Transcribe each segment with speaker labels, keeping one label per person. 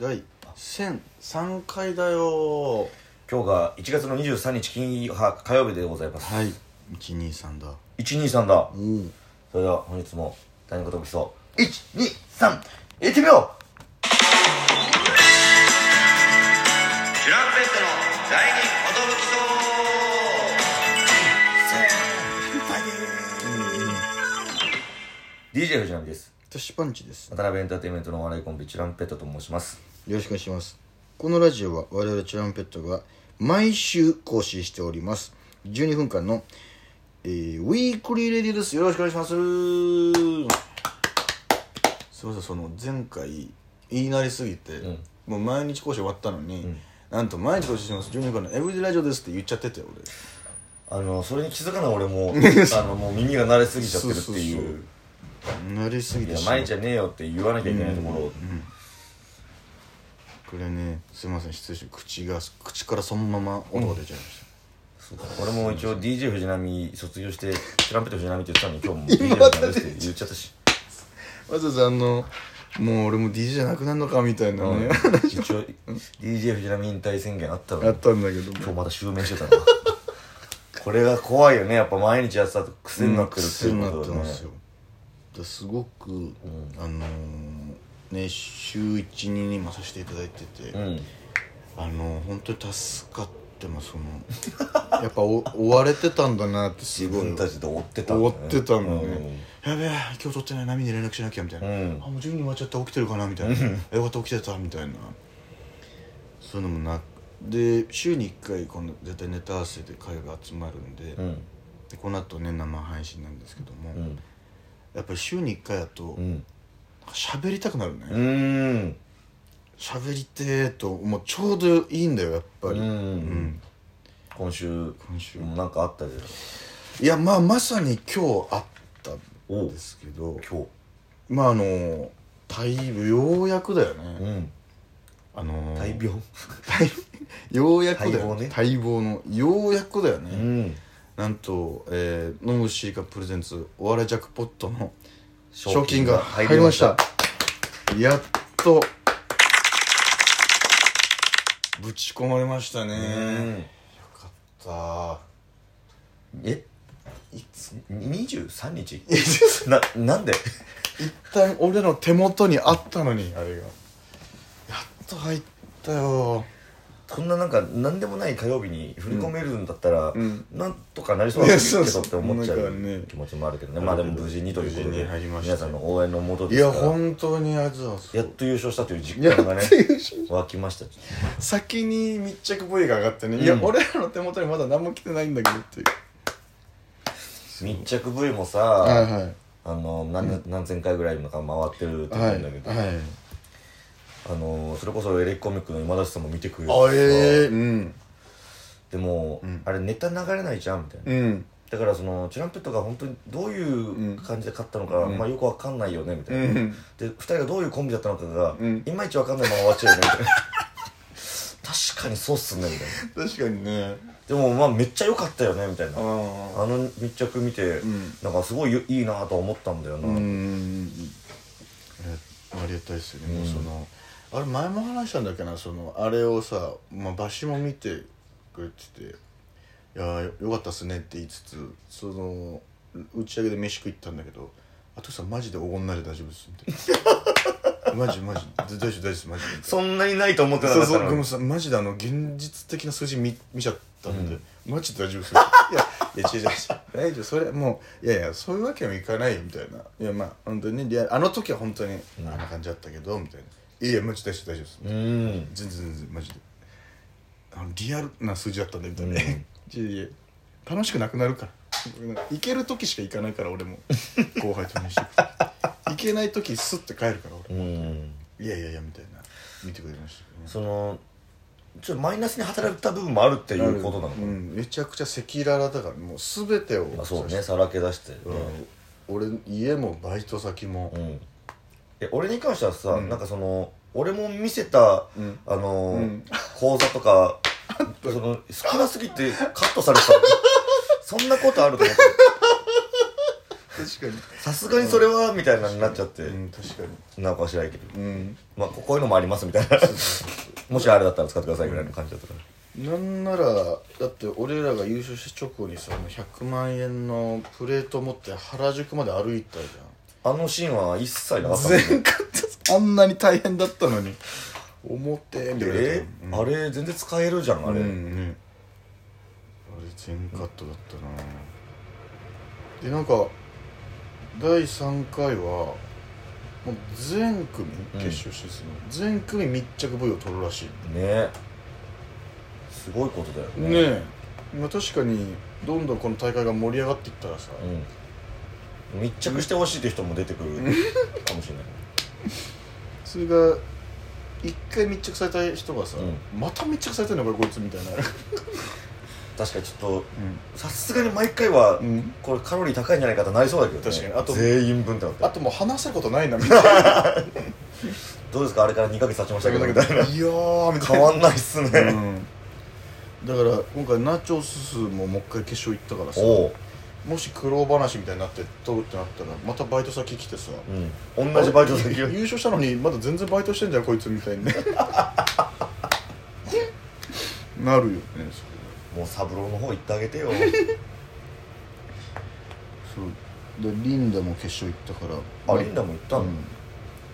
Speaker 1: 第1003回だよ
Speaker 2: 今日が1月の23日金は火曜日でございます
Speaker 1: はい123だ
Speaker 2: 123だ
Speaker 1: おお
Speaker 2: それでは本日も第二言武器層123いってみようチュランペットの第二言武器層 DJ 藤波です
Speaker 1: 私パンチですよ
Speaker 2: 渡辺エンターテインメントのお笑いコンビチュランペットと申します
Speaker 1: ろしくお願いしますこのラジオは我々チュランペットが毎週更新しております12分間の、えーウィークリーレディーですよろしくお願いしますすいませんその前回言いなりすぎて、
Speaker 2: ん
Speaker 1: もう毎日更新終わったのに、なんと毎日更新してます12分間のエブリデイラジオですって言っちゃってて俺
Speaker 2: あのそれに気づかない 俺もあのもう耳が慣れすぎちゃってるっていう
Speaker 1: そうそう慣れすぎ
Speaker 2: い
Speaker 1: て
Speaker 2: や
Speaker 1: しまう
Speaker 2: 前じゃねえよって言わなきゃいけないところを、
Speaker 1: これねすいません失礼しました口が口からそのまま音が出ちゃいまし、
Speaker 2: そうか俺も一応 DJ 藤波卒業してトランペット藤波って 言ってたのに今日も DJ 藤波ですって言っちゃったした
Speaker 1: わざわざあのもう俺も DJ じゃなくなるのかみたいなね、
Speaker 2: 一応 DJ 藤波引退宣言あったの
Speaker 1: あ
Speaker 2: に
Speaker 1: ったんだけど
Speaker 2: 今日
Speaker 1: も
Speaker 2: また襲名してたな これが怖いよねやっぱ毎日やってたと癖になってるって
Speaker 1: 癖
Speaker 2: い
Speaker 1: に
Speaker 2: う
Speaker 1: なっ
Speaker 2: こ
Speaker 1: て
Speaker 2: とだね
Speaker 1: ますよだすごく、あのーね週12にもさせていただいてて、
Speaker 2: うん
Speaker 1: あのー、本当に助かってますそのやっぱお 追われてたんだなってす
Speaker 2: 自
Speaker 1: ごい
Speaker 2: 分たちで追ってたんだ
Speaker 1: 終わ
Speaker 2: ね
Speaker 1: ってたんだね、やべえ今日撮ってない波に連絡しなきゃみたいな、
Speaker 2: うん
Speaker 1: あもう10人終わっちゃった起きてるかなみたいなえよかった起きてたみたいなそういうのもなくで週に1回この絶対ネタ合わせで会が集まるんで,、
Speaker 2: うん
Speaker 1: でこの後ね生配信なんですけども、
Speaker 2: うん
Speaker 1: やっぱり週に1回だと
Speaker 2: うんうん
Speaker 1: 喋、りたくなる
Speaker 2: う
Speaker 1: ね
Speaker 2: ーん
Speaker 1: 喋、りてーともうちょうどいいんだよやっぱり、
Speaker 2: うん
Speaker 1: ん
Speaker 2: 今週
Speaker 1: 今週
Speaker 2: もなんかあったじゃん
Speaker 1: いやまあまさに今日あったんですけど
Speaker 2: 今
Speaker 1: まああの大病ようやくだよね、
Speaker 2: 日うん
Speaker 1: あのー
Speaker 2: 大病
Speaker 1: 大ようやくだ
Speaker 2: 待
Speaker 1: よ
Speaker 2: 望ね
Speaker 1: 待望のようやくだよね、
Speaker 2: うん
Speaker 1: なんと、えー、ノムシーカプレゼンツお笑いジャックポットの賞金が入りましたやっとぶち込まれましたね、よかった
Speaker 2: えいつ23日ななんで
Speaker 1: 一旦俺らの手元にあったのにあれがやっと入ったよ
Speaker 2: こんななんか何でもない火曜日に振り込めるんだったら、
Speaker 1: ん
Speaker 2: なんとかなりそう
Speaker 1: い
Speaker 2: だ
Speaker 1: やそう
Speaker 2: け
Speaker 1: そ
Speaker 2: ど
Speaker 1: う
Speaker 2: って思っちゃ
Speaker 1: なん
Speaker 2: う
Speaker 1: かね
Speaker 2: 気持ちもあるけどねまあでも無事にということ
Speaker 1: 無事
Speaker 2: で
Speaker 1: に入りました
Speaker 2: 皆さんの応援のもと
Speaker 1: い
Speaker 2: です
Speaker 1: や
Speaker 2: から
Speaker 1: 本当にあいつは
Speaker 2: やっと優勝したという実感がね
Speaker 1: やっと優勝
Speaker 2: 湧きました
Speaker 1: 先に密着部位が上がってね、いや
Speaker 2: うん
Speaker 1: 俺らの手元にまだ何も来てないんだけどっていう
Speaker 2: 密着 V もさ、
Speaker 1: はいはい
Speaker 2: あの何,、何千回ぐらいのか回ってるって言
Speaker 1: は
Speaker 2: う
Speaker 1: い
Speaker 2: んだけど、
Speaker 1: はい
Speaker 2: あのそれこそエレキコミックの今田さんも見てくれて
Speaker 1: あ
Speaker 2: さ
Speaker 1: ええうん
Speaker 2: でも、あれネタ流れないじゃんみたいな、
Speaker 1: うん
Speaker 2: だからそのチュランペットが本当にどういう感じで勝ったのか、まあよくわかんないよねみたいな、
Speaker 1: うん
Speaker 2: で2人がどういうコンビだったのかが、
Speaker 1: うん
Speaker 2: いまいちわかんないまま終わっちゃうよねみた いな確かにそうっすねみたいな
Speaker 1: 確かにね
Speaker 2: でもまあめっちゃ良かったよねみたいな、
Speaker 1: ああ
Speaker 2: あの密着見て、
Speaker 1: ん
Speaker 2: なんかすごいよいいなとは思ったんだよな、
Speaker 1: うんありがたいですよね、もうそのあれ前も話したんだっけなそのあれをさ、まあ、バシも見てくれてて「いやーよよかったっすね」って言いつつその打ち上げで飯食いったんだけど「あとさんマジでおごんないで大丈夫です」みたいな「マジマジ大丈夫大丈夫ですマジで」
Speaker 2: そんなにないと思ってな
Speaker 1: そう
Speaker 2: かった
Speaker 1: そう
Speaker 2: の
Speaker 1: でも
Speaker 2: に
Speaker 1: さマジであの現実的な数字見見ちゃったんで、マジで大丈夫ですよ いやいや違う違う違う大丈夫それもういやいやそういうわけにはいかないよみたいないやまあ本当にリアルあの時は本当にあんな感じだったけどみたいないやいやマジで大丈夫大丈夫です、
Speaker 2: うん
Speaker 1: 全然全然マジであのリアルな数字だったんでみたいな、ねいやいや楽しくなくなるから行ける時しか行かないから俺 も後輩と飯行く時行けない時スッて帰るから
Speaker 2: う
Speaker 1: 俺
Speaker 2: ん
Speaker 1: いやいやいやみたいな見てくれましたけどね
Speaker 2: そのちょっとマイナスに働いた部分もあるっていうことなの、
Speaker 1: うん、めちゃくちゃ赤裸々だからもう全てを
Speaker 2: まあ、そうねさらけ出して、
Speaker 1: うん俺家もバイト先も
Speaker 2: うん、え俺に関してはさ、なんかその俺も見せた、
Speaker 1: うん
Speaker 2: あのー
Speaker 1: うん
Speaker 2: 講座 とかその少なすぎてカットされてたそんなことあると思って
Speaker 1: 確かに
Speaker 2: さすがにそれはみたいなのになっちゃって、
Speaker 1: うん確かに
Speaker 2: なんか知らないけど、
Speaker 1: うん
Speaker 2: まあ、ここういうのもありますみた いなもしあれだったら使ってくださいぐらいの感じだったから、
Speaker 1: なんならだって俺らが優勝した直後にさあの100万円のプレート持って原宿まで歩いたじ
Speaker 2: あのシーンは一切な
Speaker 1: ゃ
Speaker 2: か
Speaker 1: ん
Speaker 2: ったもんね
Speaker 1: 全カットあんなに大変だったのに表みたいな
Speaker 2: えー
Speaker 1: あ
Speaker 2: あれ全然使えるじゃんあ
Speaker 1: れ
Speaker 2: れ、
Speaker 1: うんねあれ全カットだったなでなんか第3回はもう全組決勝進出の、全組密着 V を取るらしい
Speaker 2: ねすごいことだよね
Speaker 1: ねえ、まあ、確かにどんどんこの大会が盛り上がっていったらさ、
Speaker 2: うん、密着してほしいって人も出てくるかもしれない
Speaker 1: それが一回密着された人がさ、
Speaker 2: う
Speaker 1: また密着されてんのかこいつみたいな、
Speaker 2: 確かにちょっとさすがに毎回は、
Speaker 1: うん
Speaker 2: これカロリー高いんじゃないかとなりそうだけど、ね、
Speaker 1: 確かにあと
Speaker 2: 全員分ってなって
Speaker 1: あともう話せることないなみたいな
Speaker 2: どうですかあれから2ヶ月経ちましたけどみたい
Speaker 1: いや
Speaker 2: な
Speaker 1: ーみたい
Speaker 2: 変
Speaker 1: な
Speaker 2: わんないっすね、
Speaker 1: うんだから今回ナチョススももう一回決勝行ったからさ
Speaker 2: おう、
Speaker 1: もし苦労話みたいになって取るってなったらまたバイト先来てさ
Speaker 2: うん、同じバイト先
Speaker 1: 優
Speaker 2: を
Speaker 1: 勝したのにまだ全然バイトしてんじゃんこいつみたいにねなるよねそれ
Speaker 2: もう三郎の方行ってあげてよ
Speaker 1: そうでリンダも決勝行ったから
Speaker 2: あリンダも行った
Speaker 1: う
Speaker 2: の、
Speaker 1: ん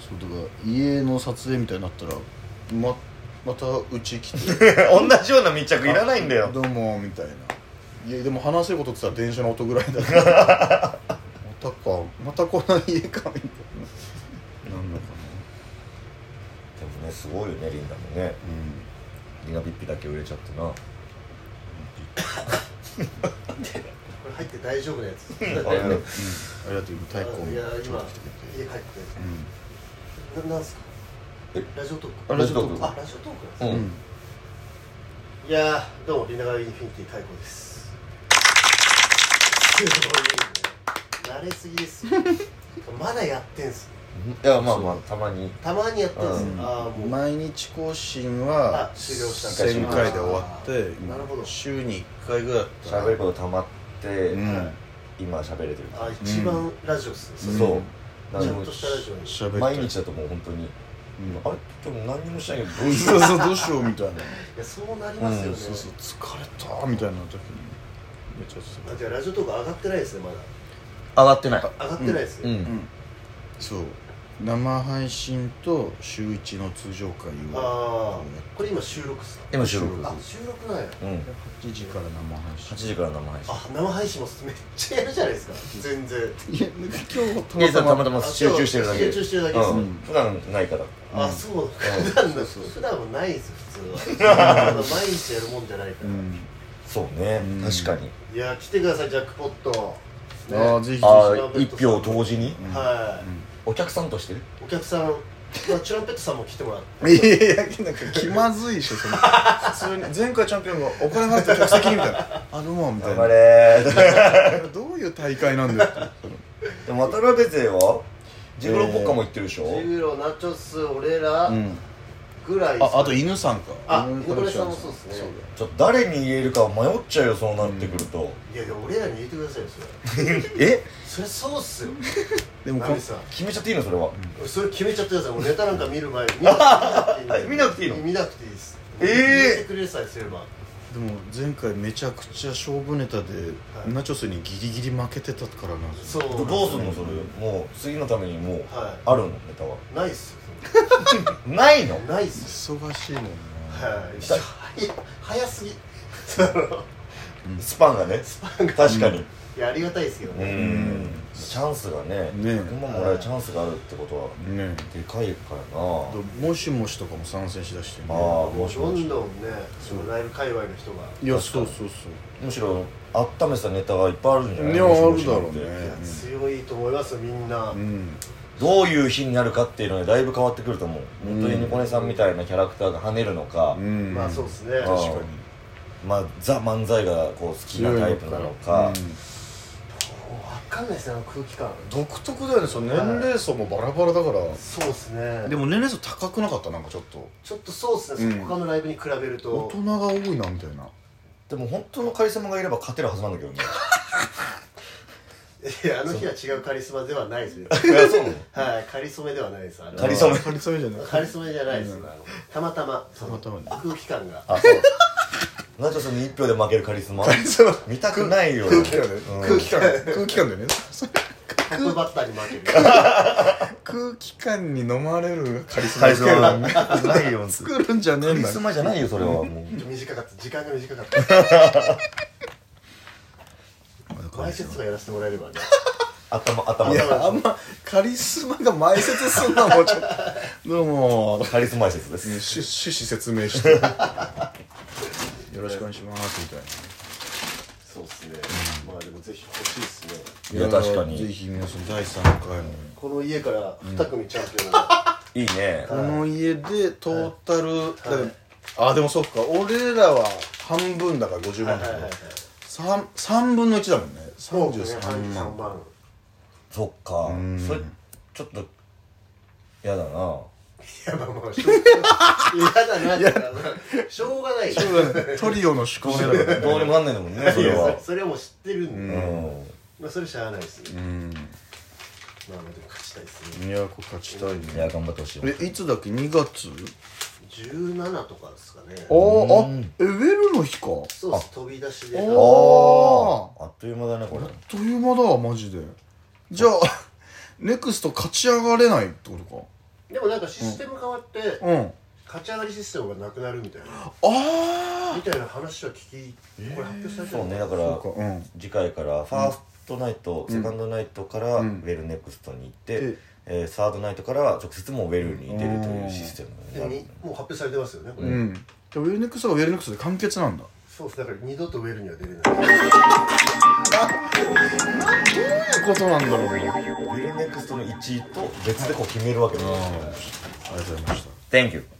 Speaker 1: そうだから家の撮影みたいになったらままたうち来て
Speaker 2: 同じような密着いらないんだよ
Speaker 1: どうもみたいないやでも話せることって言ったら電車の音ぐらいだからまたかまたこんな家かみたいななんのか
Speaker 2: でもねすごいよねリンダも
Speaker 1: な
Speaker 2: ね
Speaker 1: うん
Speaker 2: リンダピッピだけ売れちゃってな
Speaker 3: これ入って大丈夫なやつ。
Speaker 2: あれね
Speaker 1: ありがとう太鼓
Speaker 3: いや
Speaker 1: もちょ
Speaker 3: 今
Speaker 1: っと来てく
Speaker 3: 家
Speaker 1: れて
Speaker 3: 帰って。
Speaker 1: う
Speaker 3: ななんすか。
Speaker 2: え
Speaker 3: ラジオトー
Speaker 1: あ
Speaker 3: ク。
Speaker 1: ラジオトー
Speaker 2: ク
Speaker 3: あラジオトー
Speaker 2: う
Speaker 3: クなんですね。
Speaker 2: ん、
Speaker 1: んうん
Speaker 3: いやーどうもリナガインフィニティ太鼓です。すごいね。慣れすぎですよ。 まだやってんすね。
Speaker 2: いやまあまあたまに
Speaker 3: たまにやってんすね
Speaker 2: う。ん
Speaker 3: ああもう。
Speaker 1: 毎日更新
Speaker 3: あ
Speaker 1: は
Speaker 3: 終了した
Speaker 1: 1000回で終わって
Speaker 3: あーなるほど
Speaker 1: 週に1回ぐらいだったら
Speaker 2: 喋ることたまって、
Speaker 1: うん
Speaker 2: 今喋れてる
Speaker 3: あ一番ラジオっすね。それ
Speaker 2: そう、
Speaker 1: うん
Speaker 2: な
Speaker 3: ち
Speaker 2: ん
Speaker 3: ゃ
Speaker 2: かも
Speaker 3: ん
Speaker 2: う
Speaker 3: としたラジオに。
Speaker 1: 喋って
Speaker 2: 毎日だともう本当に、
Speaker 1: うん
Speaker 2: あれ今日何にもしないけどどうしよ
Speaker 1: そううそうどうしようみたいな、
Speaker 3: いやそうなりますよね。
Speaker 2: うん
Speaker 1: そうそう疲れたみたいな時にめっちゃす
Speaker 3: あじゃあラジオトーク上がってないですねまだ。
Speaker 2: 上がってない
Speaker 3: 上がってないです
Speaker 2: う
Speaker 3: ね。
Speaker 2: ん
Speaker 1: そう生配信と週一の通常会を
Speaker 3: ああこれ今収録っすか。
Speaker 2: 今収録
Speaker 3: あ収録なんや。
Speaker 2: うん
Speaker 1: 8時から生配
Speaker 2: 8
Speaker 1: 信
Speaker 2: 時から生配信
Speaker 3: あ生配信もめっちゃやるじゃないですか全然
Speaker 1: いや今日
Speaker 2: いやたまた
Speaker 1: ま
Speaker 2: ま集中してるだけ
Speaker 3: 集中してるだけです
Speaker 2: う
Speaker 3: ね
Speaker 2: ん、普段ないから
Speaker 3: あ
Speaker 1: うん
Speaker 3: そう普段
Speaker 1: そ
Speaker 3: だ
Speaker 1: うそう
Speaker 3: 普段はないです普通は毎日やるもんじゃないか
Speaker 1: う
Speaker 3: ら
Speaker 1: ん
Speaker 2: そうね、
Speaker 1: うん
Speaker 2: 確かに
Speaker 3: いや来てくださいジャックポット
Speaker 1: あ
Speaker 3: ね
Speaker 1: ーぜひぜひ
Speaker 2: ああ一票同時に
Speaker 1: うん
Speaker 3: は
Speaker 2: お客さんとしてる
Speaker 3: いお客さんまあチュランペットさんも来てもらって
Speaker 1: いやいやなんか気まずいでしょその普通に前回チャンピオンがお金払って客席にみたいな「あのもん」みたいな
Speaker 2: れー
Speaker 1: どういう大会なんだよって
Speaker 2: でも渡辺勢はジェグロポッカも行ってるでしょ、
Speaker 3: ジューロナチョス俺ら
Speaker 1: うん
Speaker 3: ぐらいです
Speaker 1: ああと犬さんか
Speaker 3: あ猫林さんもそうっすね
Speaker 2: ちょっと誰に言えるか迷っちゃうよそうなってくると、
Speaker 3: いやいや俺らに言ってくださいよそれ
Speaker 2: え
Speaker 3: それそうっすよ
Speaker 1: でも
Speaker 3: ナ
Speaker 1: こ
Speaker 3: ミさん
Speaker 2: 決めちゃっていいのそれは、
Speaker 3: それ決めちゃってくださいもうネタなんか見る前に見なくていい
Speaker 2: 見なくていいの
Speaker 3: 見なくていいです
Speaker 2: えー
Speaker 3: 見てくれさえすれば
Speaker 1: でも前回めちゃくちゃ勝負ネタで、
Speaker 3: い
Speaker 1: ナチョスにギリギリ負けてたからな
Speaker 3: そう
Speaker 2: どどうすんのそれもう次のためにもう
Speaker 3: は
Speaker 2: あるのネタはい
Speaker 3: ないっすよ
Speaker 2: ないの
Speaker 3: ないっす
Speaker 1: 忙しいもんね
Speaker 3: はいちょ早早すぎその
Speaker 2: スパンがね確かに
Speaker 3: いやありがたいですけど
Speaker 2: うん
Speaker 3: ね
Speaker 2: チャンスがね
Speaker 1: ねえ
Speaker 2: 100万もらえるチャンスがあるってことは
Speaker 1: ね
Speaker 2: でかいからな
Speaker 1: もしもしとかも参戦しだしてね
Speaker 2: ああもし
Speaker 3: ど
Speaker 2: も
Speaker 3: ん
Speaker 2: し
Speaker 3: どんねそのライブ界隈の人が
Speaker 1: いやそうそうそう
Speaker 2: むしろ温めたネタがいっぱいあるんじゃない
Speaker 1: いや
Speaker 2: もしもし
Speaker 1: あるだろうね
Speaker 2: って
Speaker 3: いや強いと思いますよみんな
Speaker 1: うん
Speaker 2: どういう日になるかっていうのはだいぶ変わってくると思う本当にニコネさんみたいなキャラクターが跳ねるのか
Speaker 1: うん
Speaker 3: まあそうですね
Speaker 2: あ
Speaker 1: 確かに
Speaker 2: まあザ漫才がこう好きなタイプなのか
Speaker 1: うん
Speaker 3: 分かんないですねあの空気感
Speaker 1: 独特だよねその年齢層もバラバラだから
Speaker 3: そうですね
Speaker 1: でも年齢層高くなかったなんかちょっと
Speaker 3: ちょっとそうです
Speaker 1: うん
Speaker 3: ね他のライブに比べる
Speaker 1: 大
Speaker 3: と
Speaker 1: 人が多いなみたいな
Speaker 2: でも本当のカリスマがいれば勝てるはずなんだけどね
Speaker 3: いやあの日は違うカリスマではないですよ
Speaker 2: やそうなの
Speaker 3: はいカリソメではないですあの
Speaker 2: カリソメ
Speaker 1: カリソメじゃない
Speaker 3: カリソメじゃないですあのたまたまた
Speaker 1: またまね
Speaker 3: 空気感が
Speaker 2: あそう なんでその一票で負けるカリスマ
Speaker 1: ソメ
Speaker 2: 見たくないよ
Speaker 1: 空気感だよね
Speaker 2: うん
Speaker 1: 空気感空気感だよね
Speaker 3: トップバッターに負ける
Speaker 1: 空気感に飲まれるカリスマ
Speaker 2: カリスマなんてないよ
Speaker 1: 作るんじゃねえ
Speaker 2: カ
Speaker 1: ん
Speaker 2: リ
Speaker 1: だ
Speaker 2: スマじゃないよそれはもう
Speaker 3: 短かった時間が短かった前説はやらせてもらえればね
Speaker 2: 頭頭
Speaker 1: いやあんまカリスマが前説すんなもうちょっと どうも
Speaker 2: カリスマ説です
Speaker 1: 趣趣旨説明 してよろしくお願いしますみたいな
Speaker 3: そうですねまあでもぜひ欲しいですね
Speaker 2: いや確かに
Speaker 1: ぜひ皆さん第3回の
Speaker 3: この家から2組チャンピオンが
Speaker 2: いいね
Speaker 1: この家でトータル、だからあでもそっか俺らは半分だから50
Speaker 3: はい
Speaker 1: 万
Speaker 3: は
Speaker 1: だ
Speaker 3: い
Speaker 1: け
Speaker 3: はい
Speaker 1: ど
Speaker 3: はい
Speaker 1: 三三分の一だもんね
Speaker 3: そうですね
Speaker 1: 33万
Speaker 3: 3万
Speaker 2: そっか
Speaker 1: ん
Speaker 2: それちょっとやだない
Speaker 3: やまあまあしょうがない嫌だなってしょうがない
Speaker 1: トリオの宿命だからね
Speaker 2: どうにもなんないんだもんねそ
Speaker 3: い
Speaker 2: れ
Speaker 3: や
Speaker 2: は
Speaker 3: そそれはもう知ってるんで、
Speaker 2: う
Speaker 3: まあ、それしゃあないです
Speaker 1: う
Speaker 3: ね、
Speaker 1: ん
Speaker 3: まあまあでも勝ちたいですね
Speaker 1: いやこれ勝ちたい
Speaker 2: んいや
Speaker 1: ね
Speaker 2: 頑張ってほしいよ
Speaker 1: えいつだっけ2月
Speaker 3: 17とかですかね
Speaker 1: あーあえウェルの日か
Speaker 3: そうです飛び出しで
Speaker 1: あ
Speaker 3: あ
Speaker 2: あ
Speaker 3: の
Speaker 2: ーあっという間だねこれ
Speaker 1: あっという間だわマジでじゃあ ネクスト勝ち上がれないってこ
Speaker 3: でもなんかシステム変わって、
Speaker 1: とかうん
Speaker 3: 勝ち上がりシステムがなくなるみたいな
Speaker 1: あ
Speaker 3: みたいな話は聞きこれ発表されて
Speaker 2: そうねだか
Speaker 1: あ
Speaker 2: ら
Speaker 1: そうかうん
Speaker 2: 次回からファーストナイト、セカンドナイトからウ
Speaker 1: うん
Speaker 2: ェルネクストに行って、
Speaker 1: で
Speaker 2: えーサードナイトからは直接もうウェルに出るというシステム
Speaker 3: でにもう発表されてますよねこれ、
Speaker 1: うんでウェルネクストがウェルネクストで完結なんだ
Speaker 3: そうですだから二度とウェルには出れない
Speaker 1: そういうことなんだろうなありが
Speaker 2: ウェルネクストの1位と別でこう決めるわけですよ
Speaker 1: とうございました
Speaker 2: Thank you